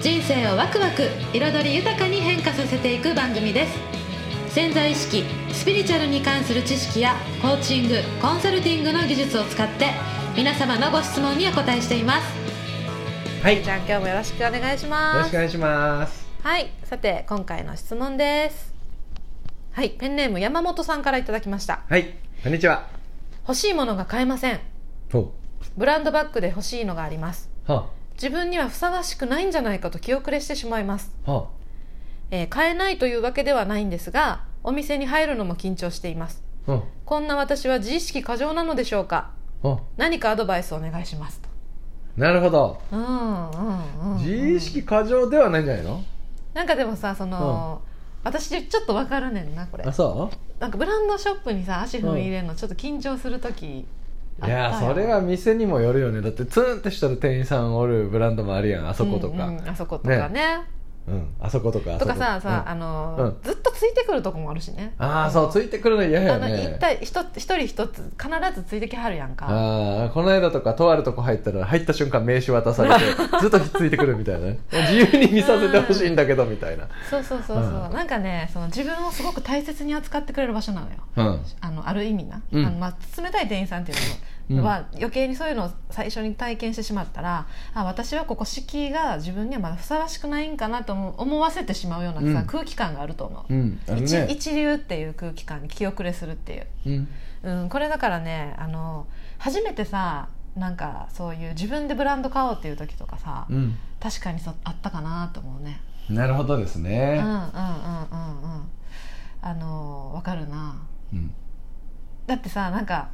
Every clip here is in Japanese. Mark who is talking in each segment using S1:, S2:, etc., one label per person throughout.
S1: 人生をワクワク彩り豊かに変化させていく番組です潜在意識スピリチュアルに関する知識やコーチングコンサルティングの技術を使って皆様のご質問にお答えしています
S2: はいよ
S1: じゃあ今日もよろしくお願いし
S2: ろ
S1: ま
S2: しくお願いします
S1: はい、さて今回の質問です。はい、ペンネーム山本さんからいただきました。
S2: はいこんにちは
S1: 欲しいものが買えません。
S2: ほ
S1: ブランドバッグで欲しいのがあります。
S2: うは
S1: 自分にはふさわしくないんじゃないかと気後れしてしまいます。
S2: あは
S1: えー買えないというわけではないんですが、お店に入るのも緊張しています。
S2: あは
S1: こんな私は自意識過剰なのでしょうか。
S2: あは
S1: 何かアドバイスお願いしますと。
S2: あなるほど
S1: うんうんうん、うん。
S2: 自意識過剰ではないんじゃないの
S1: なんかでもさその、私ちょっとわかるねんなこれ
S2: あそ
S1: なんかブランドショップにさ足踏み入れるのちょっと緊張する時
S2: ういやそれは店にもよるよねだってツンってしてる店員さんおるブランドもあるやんあ
S1: あ
S2: そことか、うん
S1: あそことかね
S2: あそことかあそ
S1: と
S2: こ
S1: かささ、あの
S2: うん
S1: ずっとついてくるとこもあるしね
S2: うんああそうついてくるの嫌
S1: あ
S2: や
S1: の一
S2: ね
S1: 体一つ一人一つ必ずついてきはるやんか
S2: ああこの間とかとあるとこ入ったら入った瞬間名刺渡され てずっとひっついてくるみたいなね自由に見させてほしいんだけどみたいな
S1: そうそうそうそう、
S2: うん
S1: なんかねその自分をすごく大切に扱ってくれる場所なのよ
S2: うん
S1: あのある意味な、
S2: うん
S1: あのまあ、冷たい店員さんっていうのは、余計にそういうのを最初に体験してしまったらあ私はここ敷居が自分にはまだふさわしくないんかなと思う思わせてしまうようなさ、
S2: うん
S1: 空気感があると思う、
S2: うんあの
S1: 一
S2: ね
S1: 一流っていう空気感に気後れするっていう、
S2: うん
S1: うん、これだからねあの初めてさなんかそういう自分でブランド買おうっていう時とかさ、
S2: うん
S1: 確かにそうあったかなと思うね
S2: なるほどです
S1: うん
S2: ね
S1: うんうんうんうんあのわかるな
S2: うん
S1: だってさなんか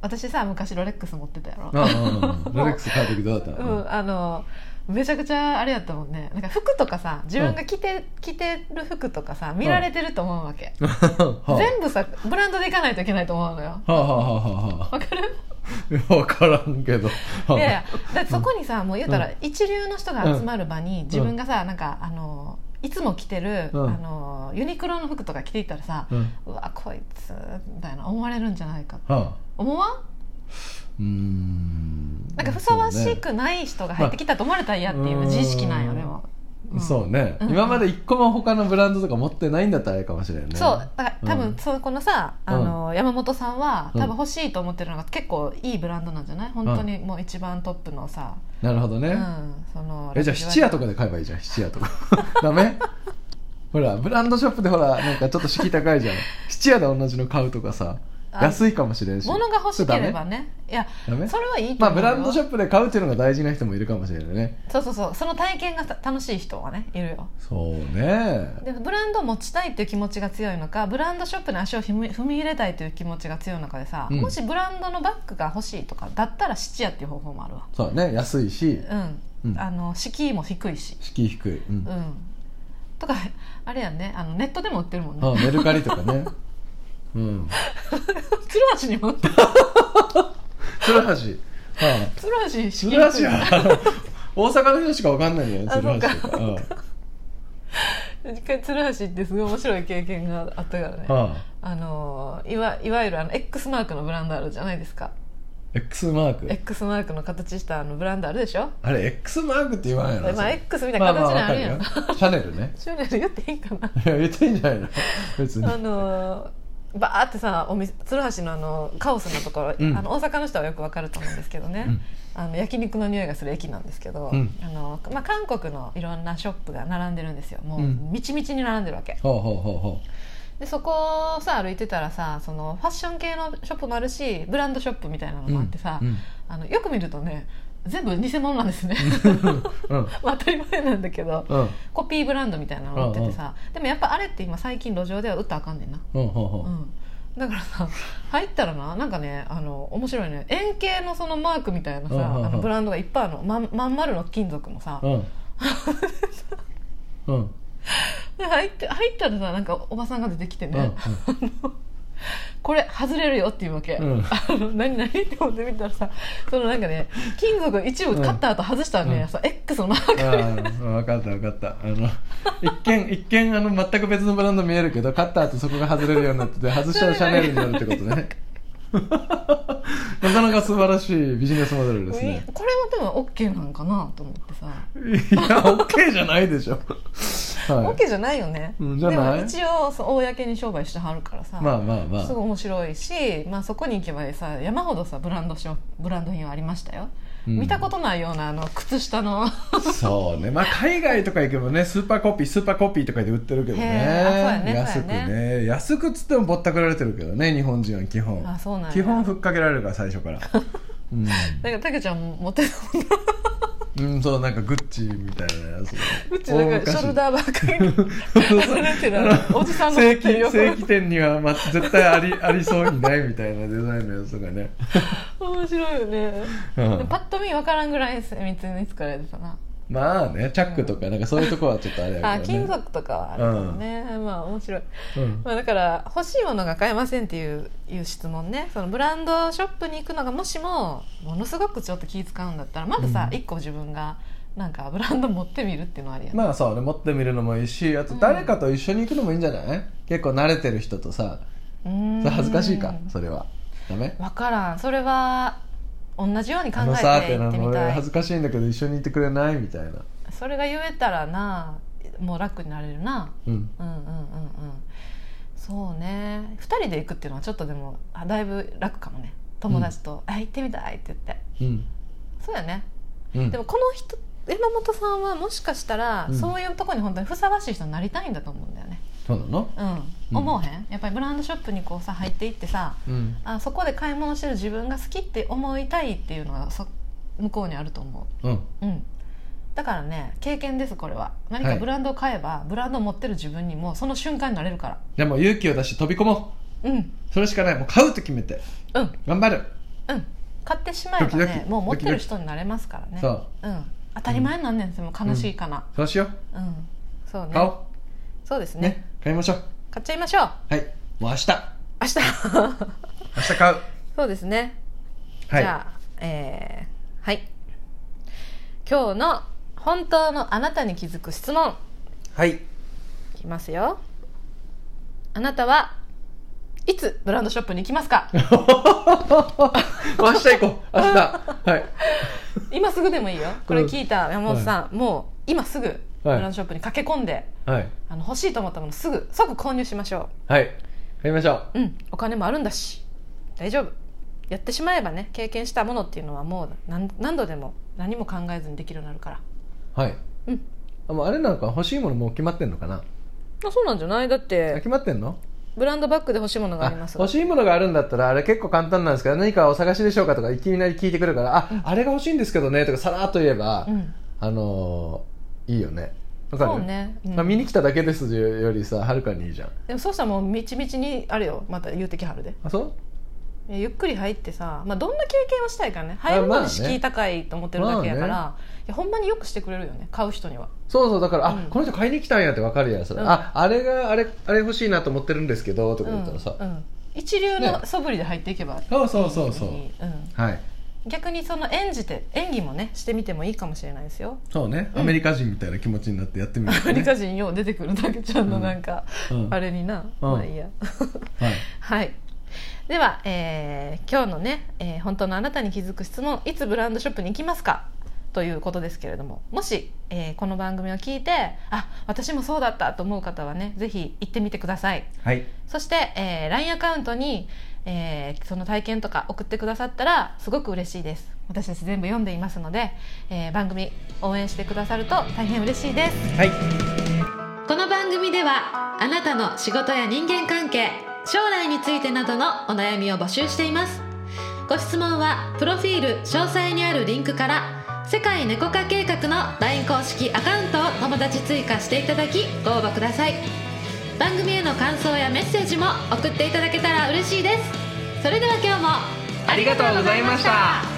S1: 私さ昔ロレックス持ってたやろ
S2: ああロレックス買う時どうだった
S1: うん、あのめちゃくちゃあれやったもんねなんか服とかさ自分が着て,、着てる服とかさ見られてると思うわけ、
S2: は
S1: 全部さブランドでいかないといけないと思うのよ
S2: あはあはあはあ
S1: わかる
S2: 分からんけど
S1: いやいやだってそこにさもう言うたら一流の人が集まる場に自分がさなんかあのいつも着てる、
S2: うん
S1: あのユニクロの服とか着ていったらさ、
S2: うん
S1: うわこいつみたいな思われるんじゃないか
S2: はあ
S1: 思わん
S2: うーん
S1: なんかふさわし
S2: そうね
S1: くない人が入ってきたと思われたら嫌っていう自意識なんよでも、うん
S2: そうね
S1: うん
S2: 今まで一個も他のブランドとか持ってないんだったらあれかもしれんね
S1: そうだか
S2: う
S1: ら多
S2: ん
S1: 分そこのさ、あの山本さんは
S2: うん
S1: 多分欲しいと思ってるのが結構いいブランドなんじゃない本当にもう一番トップのさ、
S2: なるほど
S1: う
S2: ね
S1: ん、その
S2: えじゃあ七夜とかで買えばいいじゃん七夜とか ダメほらブランドショップでほらなんかちょっと敷居高いじゃん七夜で同じの買うとかさ
S1: あ
S2: 安いかもしれんし
S1: 物が欲しければ
S2: ちょっ
S1: ねいや
S2: とダメダメ
S1: それはいいと
S2: まあ
S1: 思う
S2: ブ
S1: よ、
S2: ランドショップで買うっていうのが大事な人もいるかもしれないね
S1: そうそうそうその体験がた楽しい人はねいるよ
S2: そうね
S1: でブランドを持ちたいっていう気持ちが強いのかブランドショップに足を踏み踏み入れたいという気持ちが強いのかでさ、
S2: うん
S1: もしブランドのバッグが欲しいとかだったら質屋っていう方法もあるわ
S2: そうね安いし
S1: うん、
S2: うん
S1: あの敷居も低いし
S2: 敷居低い、うん
S1: うんとかあれやんねあのネットでも売ってるもん
S2: あ
S1: ね
S2: メルカリとかねうん
S1: つるはしにも売ってる
S2: 鶴橋はい
S1: つるはし敷
S2: 鶴
S1: 居低い
S2: 橋はあ の大阪の人しかわかんないよね
S1: あ
S2: 鶴橋と
S1: そ
S2: かうん
S1: 一回つるはしってすごい面白い経験があったからね
S2: あ
S1: あのいわいわゆるあの X マークのブランドあるじゃないですか
S2: X マーク
S1: X マークの形したあのブランドあるでしょ
S2: あれ X マークって言わないの
S1: ま
S2: そ
S1: あ
S2: れ
S1: X みたい
S2: ま
S1: な
S2: あま
S1: 形
S2: あわ
S1: にあ
S2: か
S1: る
S2: る
S1: やん
S2: よ。シャネルね
S1: シュネル言っていいんかな
S2: いや言っていいんじゃないの別に
S1: あのバーってさお店鶴橋のあのカオスのところ、
S2: うん
S1: あの大阪の人はよくわかると思うんですけどね、
S2: うん
S1: あの焼肉の匂いがする駅なんですけど、
S2: うん
S1: あのまあ、韓国のいろんなショップが並んでるんですよも
S2: う
S1: うんみちみちに並んでるわけ
S2: ほうほうほうほ
S1: でそこをさ歩いてたらさそのファッション系のショップもあるしブランドショップみたいなの
S2: う
S1: もあってさ、
S2: うんうん
S1: あのよく見るとね全部偽物なんですね
S2: うん
S1: まあ当たり前なんだけど
S2: うん
S1: コピーブランドみたいなの持っててさ、でもやっぱあれって今最近路上では売ったらあかんねんな
S2: ほうほうほう
S1: うん、だからさ入ったらななんかねあの面白いね円形のそのマークみたいなさ、
S2: うんうんうん
S1: あのブランドがいっぱいあるのまんまん丸の金属もさ、
S2: うんうんうん
S1: 入って入ったらさなんかおばさんが出てきてね、
S2: うん
S1: これ外れるよっていうわけ、
S2: うん
S1: あの何何って思って見たらさそのなんかね金属の一部カッターと外したらね、
S2: うん
S1: さ X のマーク
S2: ああ分かった分かったあの一見一見あの全く別のブランド見えるけどカッターとそこが外れるようになってて外したらシャネルになるってことねなかなか素晴らしいビジネスモデルですね
S1: えこれはでも OK なんかなと思ってさ、
S2: いや OK じゃないでしょは
S1: OK じゃないよね、
S2: うんじゃない
S1: でも一応そう公に商売してはるからさ、
S2: いまあまあますあ
S1: ごい面白いし、まあ、そこに行けばさ山ほどさブランドしブランド品はありましたよ、
S2: うん
S1: 見たことないようなあの靴 下の
S2: そうねまあ海外とか行けばねスーパーコピースーパーコピーとかで売ってるけどね
S1: へーあそうやね
S2: 安く
S1: そうや
S2: ね安くっつってもぼったくられてるけどね日本人は基本
S1: あそうなんや
S2: 基本ふっかけられるから最初 から、うん
S1: なんかたけちゃんも持ってたもんな
S2: うん、そうなんかグッチみたいな やつ
S1: うちなんかショルダーばっかり になんていうのおじさんの
S2: 正
S1: 持ってる
S2: 規
S1: よ
S2: 正規店には、ま、絶対あり ありそうにないみたいなデザインのやつとかね、
S1: 面白いよね、
S2: うん
S1: でパッと見分からんぐらい精密に作られてたな、
S2: まあねチャックとかなんかそういうとこはちょっとあれや
S1: あ
S2: けど、ね、
S1: 金属とかはあるかもね、まあ面白い、
S2: うん
S1: まあ、だから欲しいものが買えませんっていういう質問ねそのブランドショップに行くのがもしもものすごくちょっと気使うんだったらまずさ、
S2: うん
S1: 一個自分がなんかブランド持ってみるっていうのはありやね、
S2: まあそうね持ってみるのもいいしあと誰かと一緒に行くのもいいんじゃない、結構慣れてる人とさ
S1: うーん
S2: それ恥ずかしいかそれはダメ
S1: 分からんそれは同じように考
S2: あのさ
S1: え
S2: ってて
S1: 行
S2: な
S1: って
S2: の
S1: み
S2: 俺
S1: た
S2: 恥
S1: い
S2: ずかしいんだけど一緒にいてくれないみたいな
S1: それが言えたらなもう楽になれるな
S2: うん
S1: うんうんうんうんそうね2人で行くっていうのはちょっとでもあだいぶ楽かもね友達と「あ行ってみたい」って言って
S2: うん
S1: そうやね
S2: うん
S1: でもこの人山本さんはもしかしたら、
S2: うん
S1: そういうとこに本当にふさわしい人になりたいんだと思うんだよね
S2: そうなの
S1: うん、
S2: うん
S1: 思わへんやっぱりブランドショップにこうさ入っていってさ
S2: うん
S1: あそこで買い物してる自分が好きって思いたいっていうのはそ向こうにあると思
S2: うん
S1: ううんだからね経験ですこれは何か
S2: はい
S1: ブランドを買えば、ブランドを持ってる自分にもその瞬間になれるから
S2: じゃあもう勇気を出して飛び込も
S1: うん
S2: うそれしかないもう買うと決めて
S1: うん
S2: 頑張る
S1: うん買ってしまえば
S2: ドキド
S1: ね
S2: キ
S1: もう持って
S2: ド
S1: る
S2: キドキ
S1: 人になれますからね
S2: そう
S1: うん当たり前なんねんでも悲しいかな
S2: そうしよ
S1: うん、そう
S2: う
S1: ね
S2: 買おう
S1: そうですね
S2: ね買いましょう
S1: 買っちゃいましょう
S2: はいもう明日
S1: 明日
S2: 明日買う
S1: そうですね
S2: はい
S1: じゃあ、えーはい。今日の本当のあなたに気づく質問、
S2: はい
S1: いきますよ。あなたはいつブランドショップに行きます か
S2: 明日行こう明日はい
S1: 今すぐでもいいよ。これ聞いた山本さん、もう今すぐブ
S2: はい
S1: ランドショップに駆け込んで、
S2: はい
S1: あの欲しいと思ったものすぐ、即購入しましょ
S2: はい買いましょう
S1: う。うん、お金もあるんだし、大丈夫。やってしまえばね、経験したものっていうのはもう何何度でも何も考えずにできるようになるから。
S2: はい、
S1: うん
S2: あもうあれなんか欲しいものもう決まってんのかな
S1: あそうなんじゃないだっ
S2: あ
S1: て
S2: 決まってんの
S1: ブランドバッグで欲しいものがあります
S2: 欲しいものがあるんだったらあれ結構簡単なんですけど何かお探しでしょうかとかいきなり聞いてくるからあ、あれが欲しいんですけどねとかさらっと言えば、
S1: うん、
S2: あのーいいよねわかる
S1: そうね、うん
S2: まあ、見に来ただけですよりさはるかにいいじゃん
S1: でもそうしたらもうみちみちにあれよまた言うてきはるで
S2: あそう
S1: ゆっくり入ってさ、まあ、どんな経験をしたいかね入る
S2: まあ
S1: の
S2: ね
S1: に敷居高いと思ってるだけやから、
S2: ま
S1: いやほんまによくしてくれるよね買う人には
S2: そうそうだから、
S1: うん
S2: あこの人買いに来たんやってわかるやんそれ、
S1: うん
S2: ああれがあれあれ欲しいなと思ってるんですけどとか言ったらさ、
S1: うんうん一流の
S2: ね
S1: 素振りで入っていけばいい、
S2: そうそうそうそう、
S1: ん
S2: はい
S1: 逆にその演じて演技もねしてみてもいいかもしれないですよ
S2: そうね、
S1: うん
S2: アメリカ人みたいな気持ちになってやってみる、ね、
S1: アメリカ人よう出てくるだけちゃんのなんか、
S2: うん
S1: あれにな、
S2: うん
S1: まあいいや
S2: はい
S1: はい。では、えー今日のね、えー本当のあなたに気づく質問、いつブランドショップに行きますかということですけれども、もし、えーこの番組を聞いて、あ、私もそうだったと思う方はね、ぜひ行ってみてください。
S2: はい
S1: そして、えー LINE アカウントに、えーその体験とか送ってくださったら、すごく嬉しいです。私たち全部読んでいますので、えー番組応援してくださると大変嬉しいです。
S2: はい
S1: この番組ではあなたの仕事や人間関係将来についてなどのお悩みを募集していますご質問はプロフィール詳細にあるリンクから世界猫化計画の LINE 公式アカウントを友達追加していただきご応募ください番組への感想やメッセージも送っていただけたら嬉しいですそれでは今日も
S2: ありがとうございました